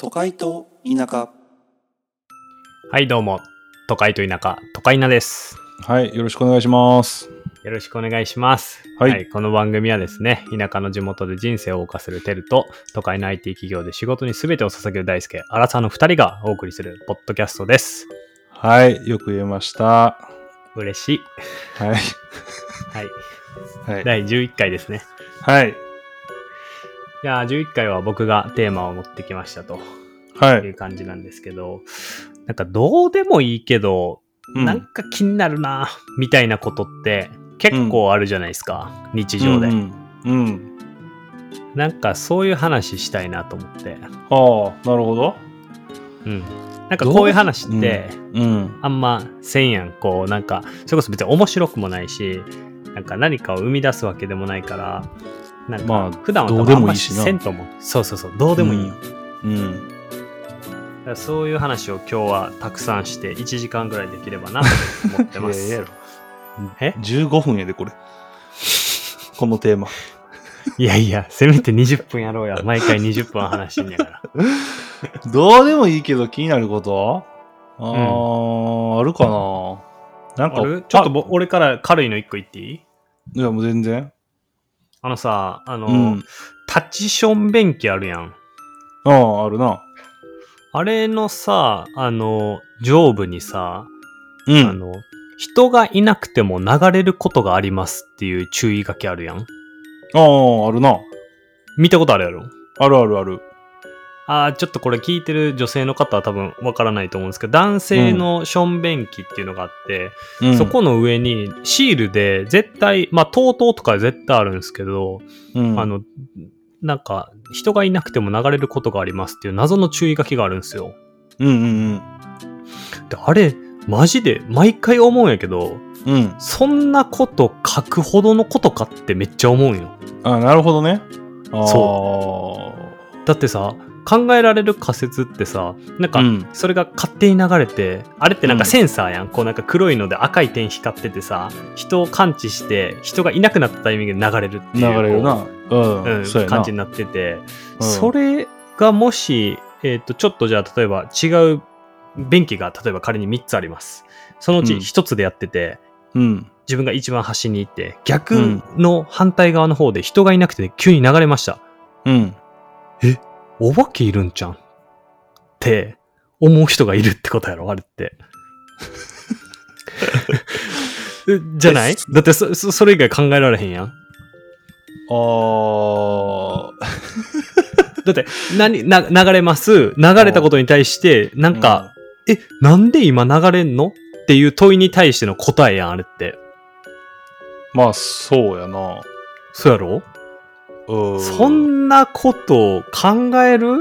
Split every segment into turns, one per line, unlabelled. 都会と田舎
はい、どうも。都会と田舎、都会なです。
はい、よろしくお願いします。
よろしくお願いします。
はい
この番組はですね、田舎の地元で人生を謳歌するテルと、都会の IT 企業で仕事に全てを捧げる大輔、荒さの2人がお送りするポッドキャストです。
はい、よく言えました。
嬉しい。
はい、
はい。
はい、
第11回ですね。
はい、
いやー、11回は僕がテーマを持ってきましたと
はいい、
う感じなんですけど、なんかどうでもいいけど、
うん
なんか気になるな、みたいなことって結構あるじゃないですか、日常で。
うん、うん、
なんかそういう話したいなと思って。
ああ、なるほど。
うん。なんかこういう話って、
うん、
あんませんやん。こう、なんか、それこそ別に面白くもないし、なんか何かを生み出すわけでもないから、なん
ま
か
あ
普段は
ど
多
うで
分あん
もい
ま
いしな
せんと思う。そうそうそう、どうでもいいよ。
うん、
だからそういう話を今日はたくさんして、1時間ぐらいできればなと思ってま
いやいや
す
やろ。
え
15分やで、これ。 このテーマ。
いやいや、せめて20分やろうや。毎回20分話してんやから。
どうでもいいけど気になることああ、あるかな
あ
な
る
んか、
ちょっと
あ
ぼ俺から軽いの1個言っていい
いや、もう全然。
あのさ、あの、
うん。
タッチション便器あるやん。
ああ、あるな。
あれのさ、あの、上部にさ、
う
あ。の、人がいなくても流れることがありますっていう注意書きあるやん。
ああ、あるな。
見たことあるやろ
あるあるある。
ああ、ちょっとこれ聞いてる女性の方は多分わからないと思うんですけど、男性のション便器っていうのがあって、
うん
そ、この上にシールで絶対、まあ、TOTO とか絶対あるんですけど、
うん、
あの、なんか、人がいなくても流れることがありますっていう謎の注意書きがあるんですよ。
うんうん
であれ、マジで、毎回思うんやけど、
うん。うん。
そんなこと書くほどのことかってめっちゃ思うんよ。
あなるほどね。あ
そだってさ、考えられる仮説ってさ、なん
う
か、
ん。
それが勝手に流れて、あれってなんか
うん
センサーやん。こうなんか黒いので赤い点光っててさ、人を感知して、人がいなくなったタイミングで流れるってい
流
う。
れるな。
こ
う
う。
ん。そう
うん、
やな。
感じになってて。
うん
それがもし、えっ、と、ちょっとじゃあ、例えば違う便器が、例えば仮に3つあります。そのうち
うん
1つでやってて、
うん。
自分が一番端に行って、逆の反対側の方で人がいなくて急に流れました。
うん。
お化けいるんじゃんって思う人がいるってことやろ、あれって。 えじゃないだってそ、そそれ以外考えられへんやん。
あー。
だって、何、な、流れます。流れたことに対して、なんか、え、なんで今流れんのっていう問いに対しての答えやん、あれって。
うん、まあ、そうやな。
そうやろ
うん。
そんなことを考える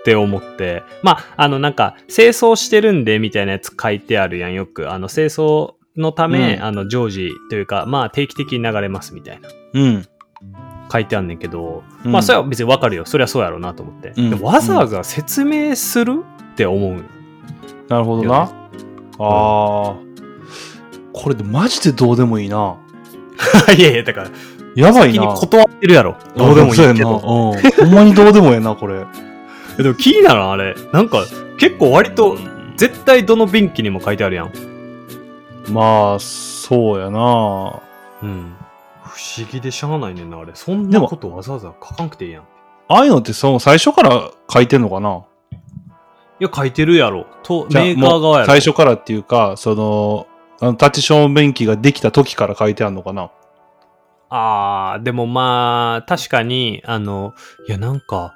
って思って。まあ、あの、なんか、清掃してるんで、みたいなやつ書いてあるやん、よく。あの、清掃のため、
うん
あの、常時というか、まあ、定期的に流れます、みたいな。
うん。
書いてあんねんけど、
うん
まあ、それは別にわかるよ。そりゃそうやろうなと思って。
うん
でもわざわざ説明するって思うよ
なるほどな。あー。これでマジでどうでもいいな。
いやいや、だから、
やばい
先に
な。
断ってるやろ。どうでもい
そうや
い
な
け
うん。
ど。
ほんまにどうでもええな、これ。
えでも、気になるあれ。なんか、結構割と、絶対どの便器にも書いてあるやん。
まあ、そうやな。
うん。不思議でしゃあないねんな、あれ。そん
で
な
も
ことわざわざ書かんくていいやん。い
ああいうのってその最初から書いてんのかな
や、書いてるやろ。と、
じゃあ
メーカー側やろ。
最初からっていうか、その、あのタッチ正面機ができた時から書いてあるのかな
あー、でもまあ、確かに、あの、いや、なんか、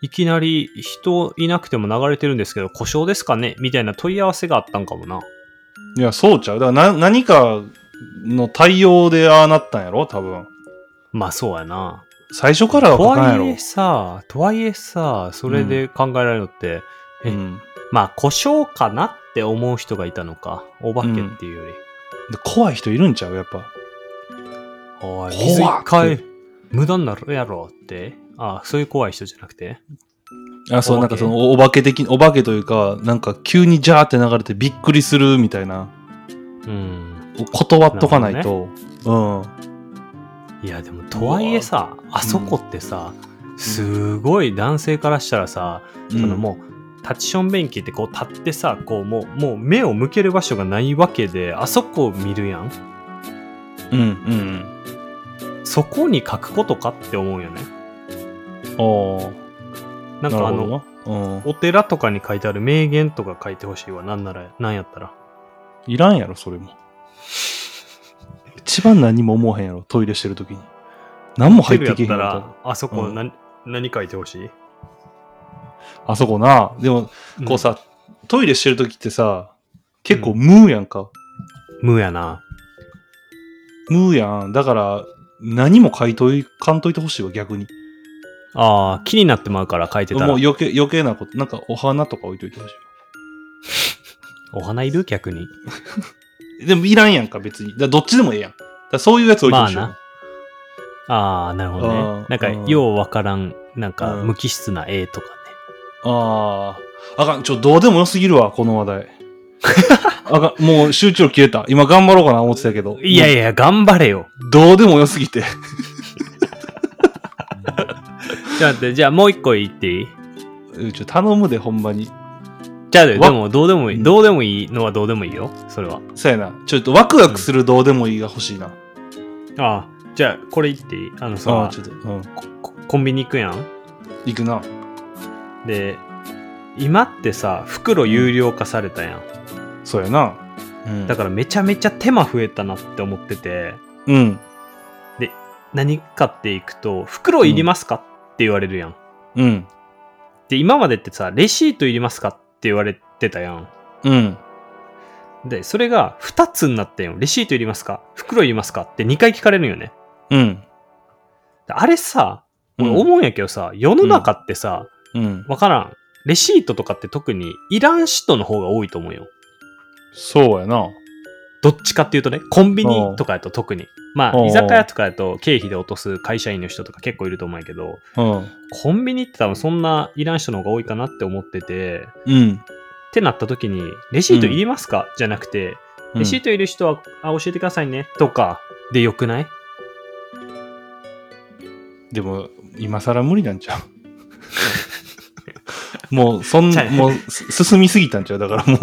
いきなり人いなくても流れてるんですけど、故障ですかねみたいな問い合わせがあったんかもな。
いや、そうちゃう。だからな何かの対応でああなったんやろ多分。
まあ、そうやな。
最初からは
と
書かんや
はい
ろ
え。さ、とはいえさ、それで考えられるのって、え
うん、
まあ、故障かなって思う人がいたのか。お化けっていうより。
で怖い人いるんちゃうやっぱ。
おい、
怖っ
水一回無駄になるやろって。あそういう怖い人じゃなくて。
あ、そう、
お
な
化
ん
け
かそのおお化け的、お化けというか、なんか急にジャーって流れてびっくりするみたいな。
うん。
断っとかないと。うん。
いや、でも、とはいえさ、あそこってさ、すごい男性からしたらさ、そのもう、立ちション便器ってこう立ってさ、こうもう、もう目を向ける場所がないわけで、あそこを見るやん。
うんうん
そこに書くことかって思うよね。
うん。おー
なんかあ
るほ
の、
どなうん。
お寺とかに書いてある名言とか書いてほしいわ。なんなら、なんやったら。
いらんやろ、それも。一番何も思わへんやろ、トイレしてる時に。何も入ってけへん
ホテ
や
ルやっ
ろ。
たら、あそこ
うん
何、何書いてほしい
あそこな。でも、こう、さ、トイレしてる時ってさ、結構ムーやんか。
ん無やな。
ムーやん。だから、何も書いとい、かんといてほしいわ、逆に。
ああ、気になってまうから書いてた
もう
ら。
余計、余計なこと。なんか、お花とか置いといてほし
お花いる逆に。
い。でも、いらんやんか、別に。だからどっちでもええやん。だからそういうやつ置いてほしいわ。
まああ、なるほど
あ
ね
あ。
なんか、
うん
ようわからん、なんか、
うん
無機質な絵とかね。
ああ。あかん、ちょ、どうでもよすぎるわ、この話題。あかん、もう集中力切れた。今頑張ろうかな思ってたけど。
いやいや、頑張れよ。
もうどうでもよすぎて。
じゃあ、じゃあもう一個言っていい
うんちょ、頼むで、ほんまに。
じゃあ、で
わ
も、どうでもいい。どうでもいいのはどうでもいいよ。それは。
そうやな。ちょっとワクワクするどうでもいいが欲しいな。
ああ、じゃあ、これ言っていいあの
そう
さ
ん、ちょっと、うん。
ココンビニ行くやん。
行くな。
で、今ってさ、袋有料化されたやん。
そうやな。うん。
だからめちゃめちゃ手間増えたなって思ってて、
うん。
何買っていくと、袋いりますか、って言われるやん。
うん。
で、今までってさ、レシートいりますかって言われてたやん。
うん。
で、それが2つになったよ。レシートいりますか袋いりますかって2回聞かれるんよね。
うん。
であれさ、俺
うん
思うんやけどさ、世の中ってさ、
うん。
わからん。レシートとかって特にいらん人の方が多いと思うよ。
そうやな。
どっちかっていうとね、コンビニとかやと特に。ま
おうお
あ、
う
居酒屋とかやと経費で落とす会社員の人とか結構いると思うんやけど、
うん。
コンビニって多分そんないらん人の方が多いかなって思ってて、
うん。
ってなった時に、レシートいりますか、じゃなくて、レシートいる人は、あ、教えてくださいね。とか、でよくない
でも、今更無理なんちゃう もう、そん
ちゃう、ね
もう、す進みすぎたんちゃうだからも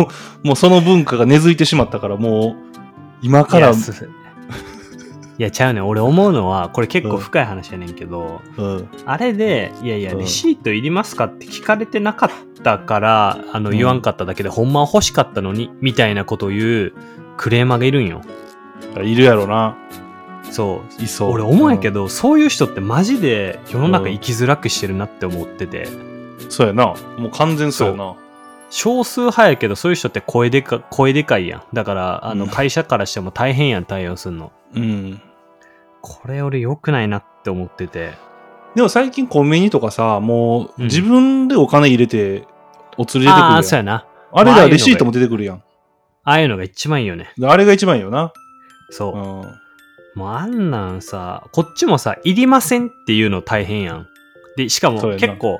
う、もうその文化が根付いてしまったから、もう、今か
い
ら、
や すいや、ちゃうねん。俺思うのは、これ結構深い話やねんけど、
うん。
あれで、いやいや、
うん
レシートいりますかって聞かれてなかったから、あの、
うん
言わんかっただけで、ほんまは欲しかったのに、みたいなことを言うクレーマーがいるんよ。
いるやろな。
そう。
いそう。
俺思うんやけ
ど。
ど、そういう人ってマジで世の中生きづらくしてるなって思ってて、
そうやな。もう完全そうやな。
少数派やけどそういう人って声でか声でかいやんだからあ
う
の
ん
会社からしても大変やん対応するの、
うん。
これ俺良くないなって思ってて
でも最近コンビニとかさ、もう、
うん
自分でお金入れて、お釣り出てくる
あ
や。
あそうんやな
あれ
まあああい
だ、
うのが
レシートも出てくるやん。
ああいうのが一番いいよね
であれが一番いいよな。
そうう、
ん。
もうあんなんさこっちもさいりませんっていうの大変やんでしかも
そうやな
結構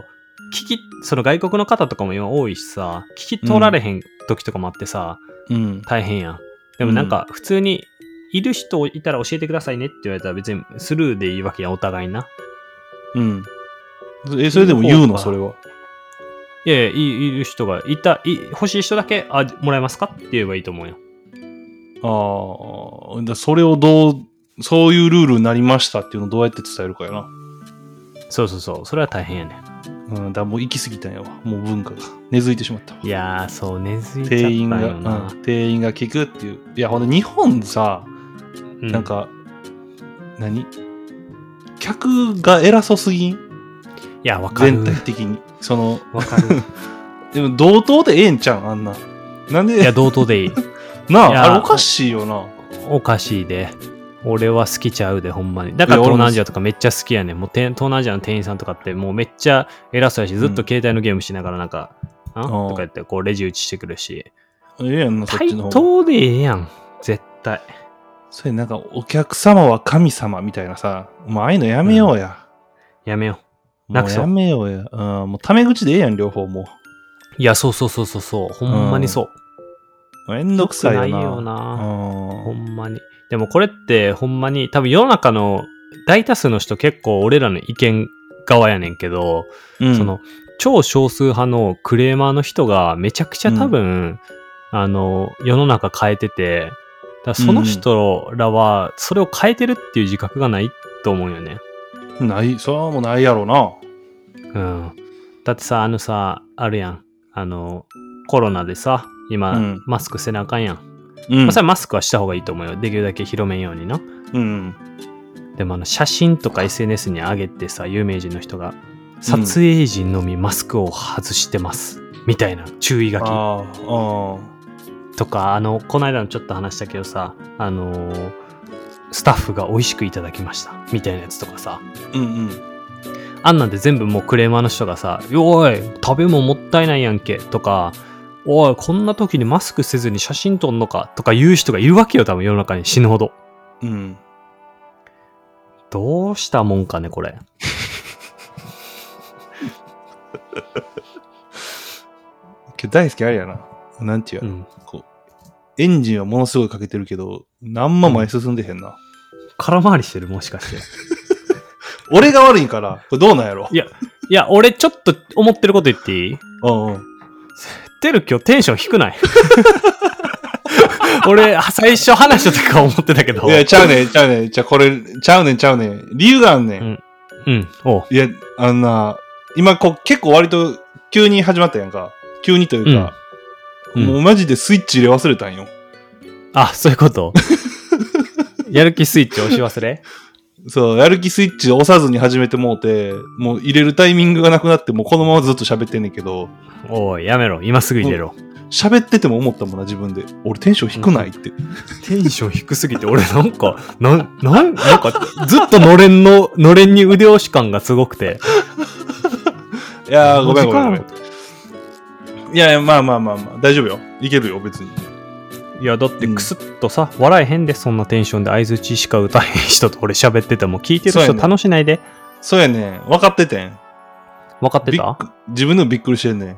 聞きその外国の方とかも今多いしさ聞き取られへん時とかもあってさ、
うん。
大変やんでもなんか普通にいる人いたら教えてくださいねって言われたら別にスルーでいいわけやんお互いな
うん。え、それでも言うの、それは。
いやいや、いいる人が、いた、い欲しい人だけ、あ、もらえますかって言えばいいと思うよ。
ああ、だそれをどう、そういうルールになりましたっていうのをどうやって伝えるかやな。
そうそうそう、それは大変やね。
うん、だからもう行き過ぎたんやわ。もう文化が根付いてしまったわ。
いやー、そう、根付いちゃった
店員が、
よな。
うん店員が聞くっていう。いや、ほんで日本さ、
う
なん、か、何客が偉そうすぎん
いや、わかる
全。体的に。その、
わか る。
でも同等でええんちゃうんあんな。なん
いや、
で、
同等でいい。
なあ
い、や
あれおかしいよな。
おかしいで。俺は好きちゃうで、ほんまに。だから
いや
東
俺も
南アジアとかめっちゃ好きやねん。もうて東南アジアの店員さんとかって、もうめっちゃ偉そうやし、ずっと携帯のゲームしながらなんか、あ
ん
とか言って、こう、レジ打ちしてくるし。
ええやんな、そっ
対
ちの方が。
等でええやん。絶対。
それなんか、お客様は神様みたいなさ、もうああいうのやめようや。
やめよ
も
なく
う
そう
やめようや。うん、もうタメ口でええやん、両方も
う。いや、そうそうそうそうそう。ほんまにそう。
う。めんどくさいよな。
良くないよなほ
うん
まに。でもこれってほんまに多分世の中の大多数の人結構俺らの意見側やねんけど、
うん。
その超少数派のクレーマーの人がめちゃくちゃ多分、あの、世の中変えてて、だからその人らはそれを変えてるっていう自覚がないと思うよね。
ない、それはもうないやろうな。
うん。だってさ、あのさ、あるやん。あの、コロナでさ、今、
うん
マスクせなあかんやん。
うん
まあ、それはマスクはした方がいいと思うよ。できるだけ広めんようにな。
うん。
でもあの写真とか SNS に上げてさ有名人の人が撮影時のみマスクを外してます、みたいな注意書
あ
き
あ、あ
とかあのこの間のちょっと話したけどさあのースタッフが美味しくいただきましたみたいなやつとかさ
あ。うんうん。
あんなんで全部もうクレーマーの人がさ「おい食べ物もったいないやんけ」とか「おいこんな時にマスクせずに写真撮んのか」とか言う人がいるわけよ多分世の中に死ぬほど
うん。
どうしたもんかねこれ
けど大好きあれやな。なんていう
う
やろ、
ん
エンジンはものすごいかけてるけど、何万前進んでへんな。
空回りしてるもしかして
俺が悪いんから、これどうなんやろ
いやいや、俺ちょっと思ってること言っていい
うんうん。
てる今日テンション低ない 俺、最初話したとか思ってたけど。
いや、ちゃうねん、ちゃうねん。じゃあこれ、ちゃうねん、ちゃうねん。理由があんねん。
うんうん、おう。
いや、あのな、今こう、結構割と急に始まったやんか。急にというか、
うんうん
もうマジでスイッチ入れ忘れたんよ。
あ、そういうこと やる気スイッチ押し忘れ
そう、やる気スイッチ押さずに始めてもうて、もう入れるタイミングがなくなって、もうこのままずっと喋ってんねんけど、
おい、やめろ。今すぐ入れろ。
喋ってても思ったもんな、自分で。俺テンション低ないって。
テンション低すぎて、俺なんか、なん、なん、なんか、ずっとのれんの、のれんに腕押し感がすごくて。
いやー、ごめんごめんご
時
めん。いやいや、まあまあまあまあ、大丈夫よ。いけるよ、別に。
いや、だってクスッとさ、笑えへんで、そんなテンションで相づちしか歌えへん人と俺喋ってても、聞いてる
そうや
人
ね
楽しないで。
そうやねん。分かっててん。
分かって
びったく自分でもびっくりしてんねん。
う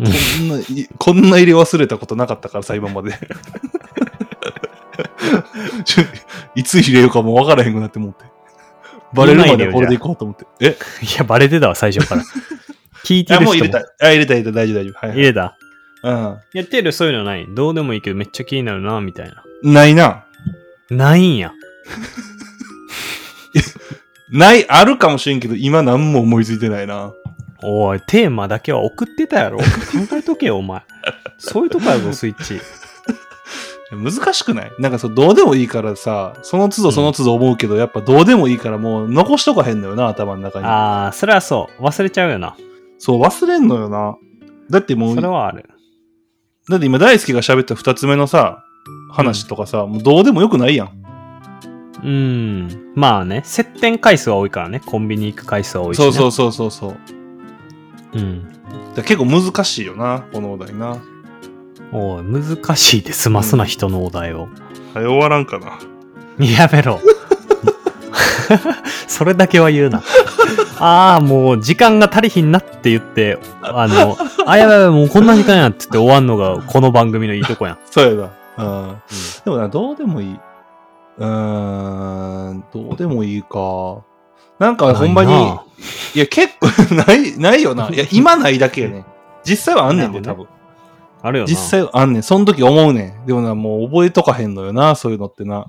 こ
ん
んな、いこんな入れ忘れたことなかったからさ、今まで。 ちょいつ入れようかもう分からへんくなって思って。バレるまでこれでいこうと思って。え
いや、バレてたわ、最初 から。聞い
い
てる人
や、もう入れた。。あ、入れた、入れた、大丈夫、大丈夫。はい、
入れた。
は
やってるそういうのない。どうでもいいけど、めっちゃ気になるな、みたいな。
い。うん。ないな。
ないんや。
ない、あるかもしれんけど、今何も思いついてないな。
おい、テーマだけは送ってたやろ。考えとけよ、お前。そういうとこやぞ、スイッチ。
難しくないなんかそう、どうでもいいからさ、その都度その都度思うけど、やっぱどうでもいいからもう残しとかへんのよな、頭の中に。
あー、それはそう。忘れちゃうよな。
そう、忘れんのよな。だってもう、
それ
だ
はある。
って今大好きが喋った二つ目のさ、話とかさ、もうどうでもよくないやん。
うーん。まあね、接点回数は多いからね。コンビニ行く回数は多いし、
そ
ね。
うそうそうそうそう。だか
う。うん。
ら結構難しいよな、このお題な。
おい、難しいで済ますな、人のお題を。
早終わらんかな。
やめろ。 それだけは言うな。ああ、もう時間が足りひんなって言って、あの、あ、やばいやばい、もうこんな時間やって言って終わんのがこの番組のいいとこやん。
そうやな。うん。でもな、どうでもいい。うーん、どうでもいいか。なんかほんまに、
ない
い
な
や結構 ない、ないよな。いや、今ないだけやね。実際はあんねんで、
なる
多
ほ
分。
あるよな。
実際はあんねん。その時思うねん。でもな、もう覚えとかへんのよな、そういうのってな。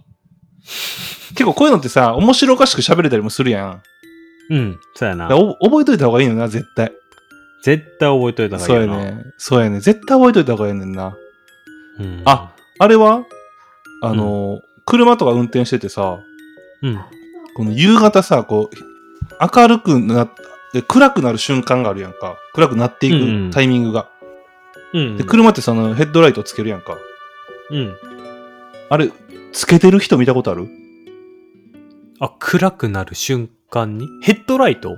結構こういうのってさ、面白おかしく喋れたりもするやん。
うん、そうや
だ
な
から。お覚えといた方がいいのよな、絶対。
絶対覚えといた方
そう
がい
や
いよな。
ね。そうやね。絶対覚えといた方がいいねんな。
うん、
あ、あれはあの、車とか運転しててさ、
うん。
この夕方さ、こう、明るくなって、暗くなる瞬間があるやんか。暗くなってい
うんうん
くタイミングが。
うん。
で、車ってそのヘッドライトつけるやんか。
うん。
あれ、つけてる人見たことある
あ、暗くなる瞬間にヘッドライトっ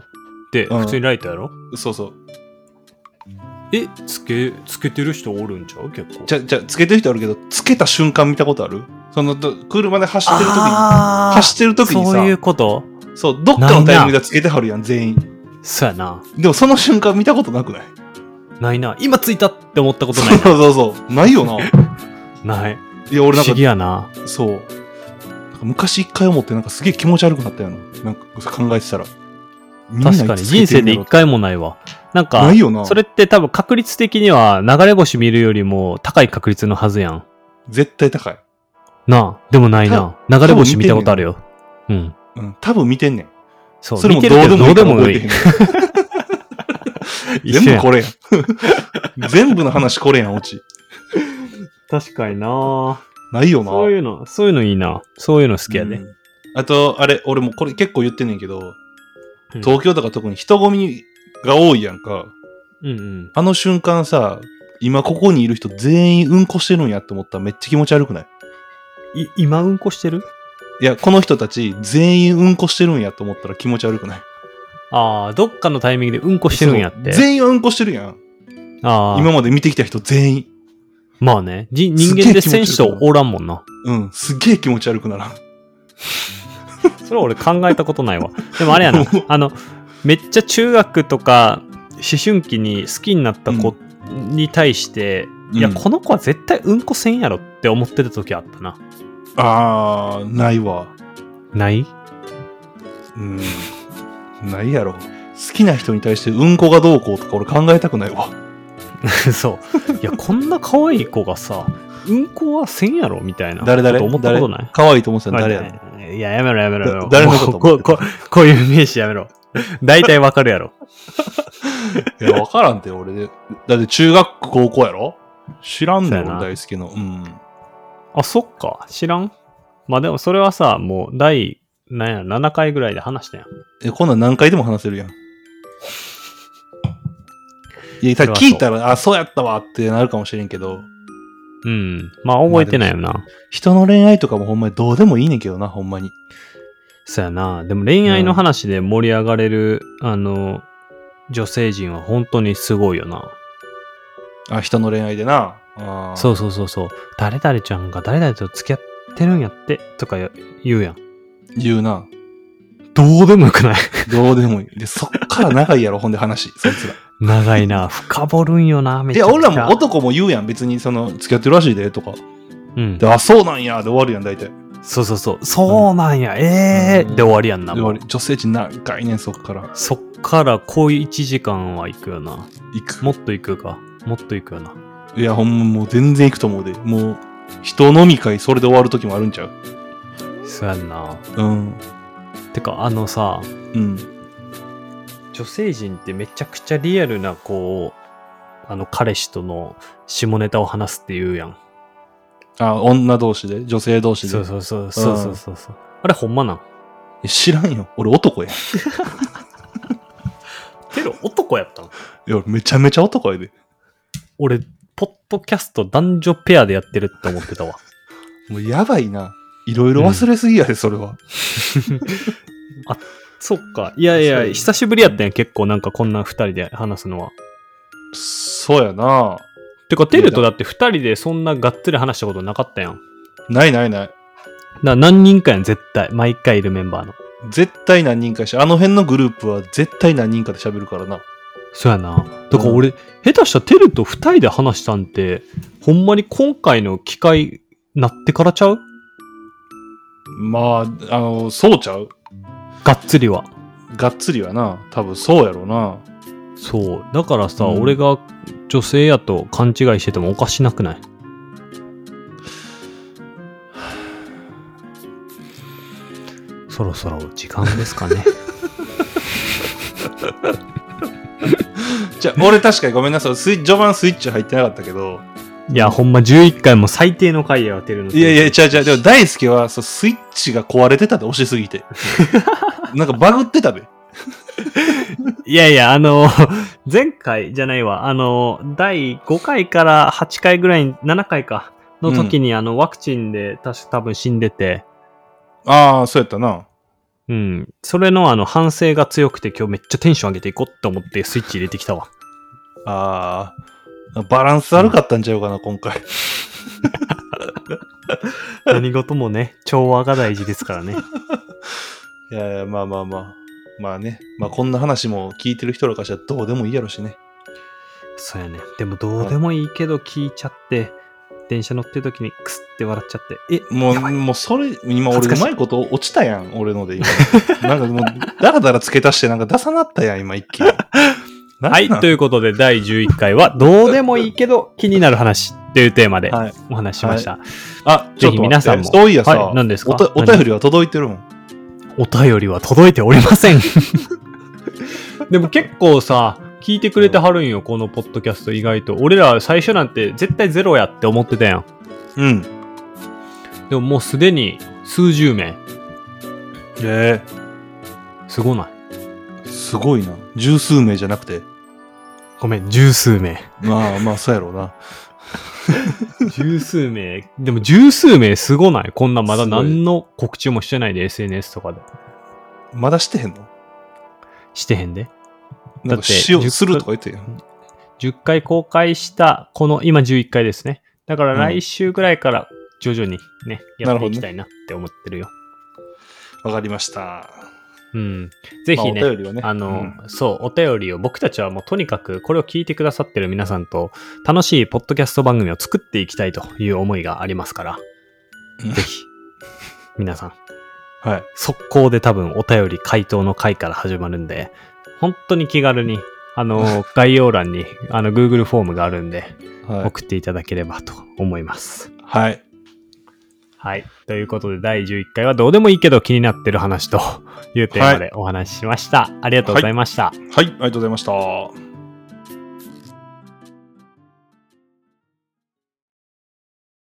て
うん
普通にライトやろ、
そうそう。
え、つけ、つけてる人おるんちゃう結構。
じゃ、じゃ、つけてる人あるけど、つけた瞬間見たことあるその、ど車で走ってる時に、
あー
走ってる時にさ、
そういうこと
そうどっかのタイミングでつけてはるやん、全員。
そうやな。
でもその瞬間見たことなくない
ないな。今着いたって思ったことな
そう
いな。
そうそう。ない よな。
ない。
いや、俺
不
なんか
思議やな。
そう。なんか昔一回思って、なんかすげえ気持ち悪くなったよな。なんか考えてたら。みんな
確かに。人生で一回もないわ。なんか
な、いよな。
それって多分確率的には流れ星見るよりも高い確率のはずやん。
絶対高い。
なあ、でもないな。流れ星見たことあるよ。うん。
うん。多分見てんねん。
そう。
それも
見
ど
て
う
るけ
でもいいから
どうで
覚
も
え
い
て
い
へん。。 全部これやん。 全部の話これやん、オチ。
確かにな
ないよな。
そういうの、そういうのいいな。そういうの好きやで。
うんあと、あれ、俺もこれ結構言ってんねんけど、
うん
東京とか特に人混みが多いやんか。
うんうん。
あの瞬間さ、今ここにいる人全員うんこしてるんやって思ったらめっちゃ気持ち悪くない
い、今うんこしてる
いや、この人たち全員うんこしてるんやって思ったら気持ち悪くない
ああ、どっかのタイミングでうんこしてるんやって。
そう全員うんこしてるやん。
ああ、
今まで見てきた人全員。
まあね。じ人
すげえ
間で
気持ち悪
選
い
手とおらんもんな。
うん、すげえ気持ち悪くならん。。
それは俺考えたことないわ。でもあれやな あの、めっちゃ中学とか思春期に好きになった子に対して、いや、
うん
この子は絶対うんこせんやろって思ってた時あったな。
あー、ないわ。
ない
うん。ないやろ。好きな人に対してうんこがどうこうとか俺考えたくないわ。
そう。いや、こんな可愛い子がさ、うんこはせんやろみたいな。
誰誰
こと思ったことない
可愛いと思ってたの誰やねん。
ねいや、やめろやめろやめろ。
だ誰のこと
もうこうこうこういう名詞やめろ。大体わかるやろ。
いや、わからんて、俺で。だって中学、高校やろ知らんねん、
そうやな
俺大好きの。うん。
あ、そっか。知らん。まあでもそれはさ、もう第、なんや、7回ぐらいで話したやん。
え、こんなん何回でも話せるやん。いや、
そ
さ
れはそう
聞いたら、あ、そうやったわってなるかもしれんけど、
うん。まあ覚えてないよな。
人の恋愛とかもほんまにどうでもいいねんけどな、ほんまに。
そうやな。でも恋愛の話で盛り上がれる、あの、女性陣は本当にすごいよな。
あ、人の恋愛でな。あー
そうそうそうそう。誰々ちゃんが誰々と付き合ってるんやって、とか言うやん。
言うな。
どうでもよくない
どうでもいい。で、そっから長いやろ、ほんで話、そいつら。
長いな。深掘るんよな、め
い
ちゃ
や、
くちゃ。
俺らも男も言うやん、別に、その、付き合ってるらしいで、とか。
うん
で、。あ、そうなんや、で終わるやん、大体。
そうそうそう。そうなんや、ええ
うん
で終わりやんな、
で終
も
わ
う
り。。女性陣長いねん、そっから。
そっから恋1時間は行くよな。
行く。
もっと行くか。もっと行くよな。
いや、ほんまもう全然行くと思うで。もう、人飲み会それで終わる時もあるんちゃう
そうやんな。
うん。
てか、あのさ、
うん。
女性陣ってめちゃくちゃリアルな、こう、あの、彼氏との下ネタを話すって言うやん。
あ、女同士で、女性同士で。
そうそうそうそうそうそうそう。あれほんまなん
いや知らんよ。俺男や。
テロ男やったん
いや、俺めちゃめちゃ男やで。
俺、ポッドキャスト男女ペアでやってるって思ってたわ。
もうやばいな。いろいろ忘れすぎやで、それは。
そっか。いやい
そう
や、
や
久しぶりやったんや、結構なんかこんな二人で話すのは。
そうやな。
てか、テルとだって二人でそんながっつり話したことなかったやん。だか
ないないない。
ら何人かやん、絶対。毎回いるメンバーの。
絶対何人かやし、あの辺のグループは絶対何人かで喋るからな。
そうやな。だから俺、下手したらテルと二人で話したんて、ほんまに今回の機会なってからちゃう
まあ、あの、そうちゃう
がっつりは。
がっつりはな。多分そうやろうな。
そう。だからさ、
うん
俺が女性やと勘違いしててもおかしなく ないそろそろ時間ですかね。
じゃあ、俺確かにごめんなさい。スイ序盤スイッチ入ってなかったけど。
いや、ほんま11回も最低の回やわ、テルの。
いやいや、違う違う。でも大輔はそうスイッチが壊れてたで、押しすぎ て。なんかバグってたで。
いやいや、あの、 前回じゃないわ、あの、第5回から8回ぐらいに、7回か、の時に、あの、ワクチンで確か多分死んでて、
ああ、そうやったな。
うん。それのあの、反省が強くて今日めっちゃテンション上げていこうって思ってスイッチ入れてきたわ。
ああ、バランス悪かったんちゃうかな、今回。
何事もね、調和が大事ですからね。
いやいや、まあまあまあ。まあね。まあこんな話も聞いてる人らからしたらどうでもいいやろしね。
そうやね。でもどうでもいいけど聞いちゃって、電車乗ってる時にクスって笑っちゃって、え、
もう、
やばい
もうそれ、今
恥
俺
ずか
う
しい
まいこと落ちたや ん、俺ので今。なんかもう、だらだら付け足してなんか出さなったやん、今一気 に。
はい、ということで第11回は、どうでもいいけど気になる話っていうテーマで
はい
お話ししました。
あ、
ぜひ皆さんも
ちょっと待ってそういやさ、
はい何ですか
おたお便りは届いてるもん。
お便りは届いておりませ ん。でも結構さ、聞いてくれてはるんよ、このポッドキャスト意外と。俺ら最初なんて絶対ゼロやって思ってたやん。
うん。
でももうすでに数十名。
え
すごない。
えすごいな。十数名じゃなくて。
ごめん、十数 名。
まあまあ、そうやろうな。
十数名。でも十数名すごない。こんなまだ
すごい
何の告知もしてないで、SNS とかで。
まだしてへんの
してへんで。だ
なん
っ
か
て
しよう
10
するとか言ってよ。
10回公開した、この今11回ですね。だから
うん
来週ぐらいから徐々にね、や
な
っ
る
て
ほ
い
どね
きたいなって思ってるよ。
わかりました。
うん。ぜひね、
まあお便りをね。
あの、
うん
そう、お便りを、僕たちはもうとにかくこれを聞いてくださってる皆さんと楽しいポッドキャスト番組を作っていきたいという思いがありますから
うん、
ぜひ、皆さん、
はい。
速攻で多分お便り回答の回から始まるんで、本当に気軽に、あ の、概要欄に、あの、Google フォームがあるんで、
はい。
送っていただければと思います。
はい。
はい。ということで、第11回はどうでもいいけど気になってる話というテーマでお話ししました。ありがとうございました。
はい。ありがとうございました。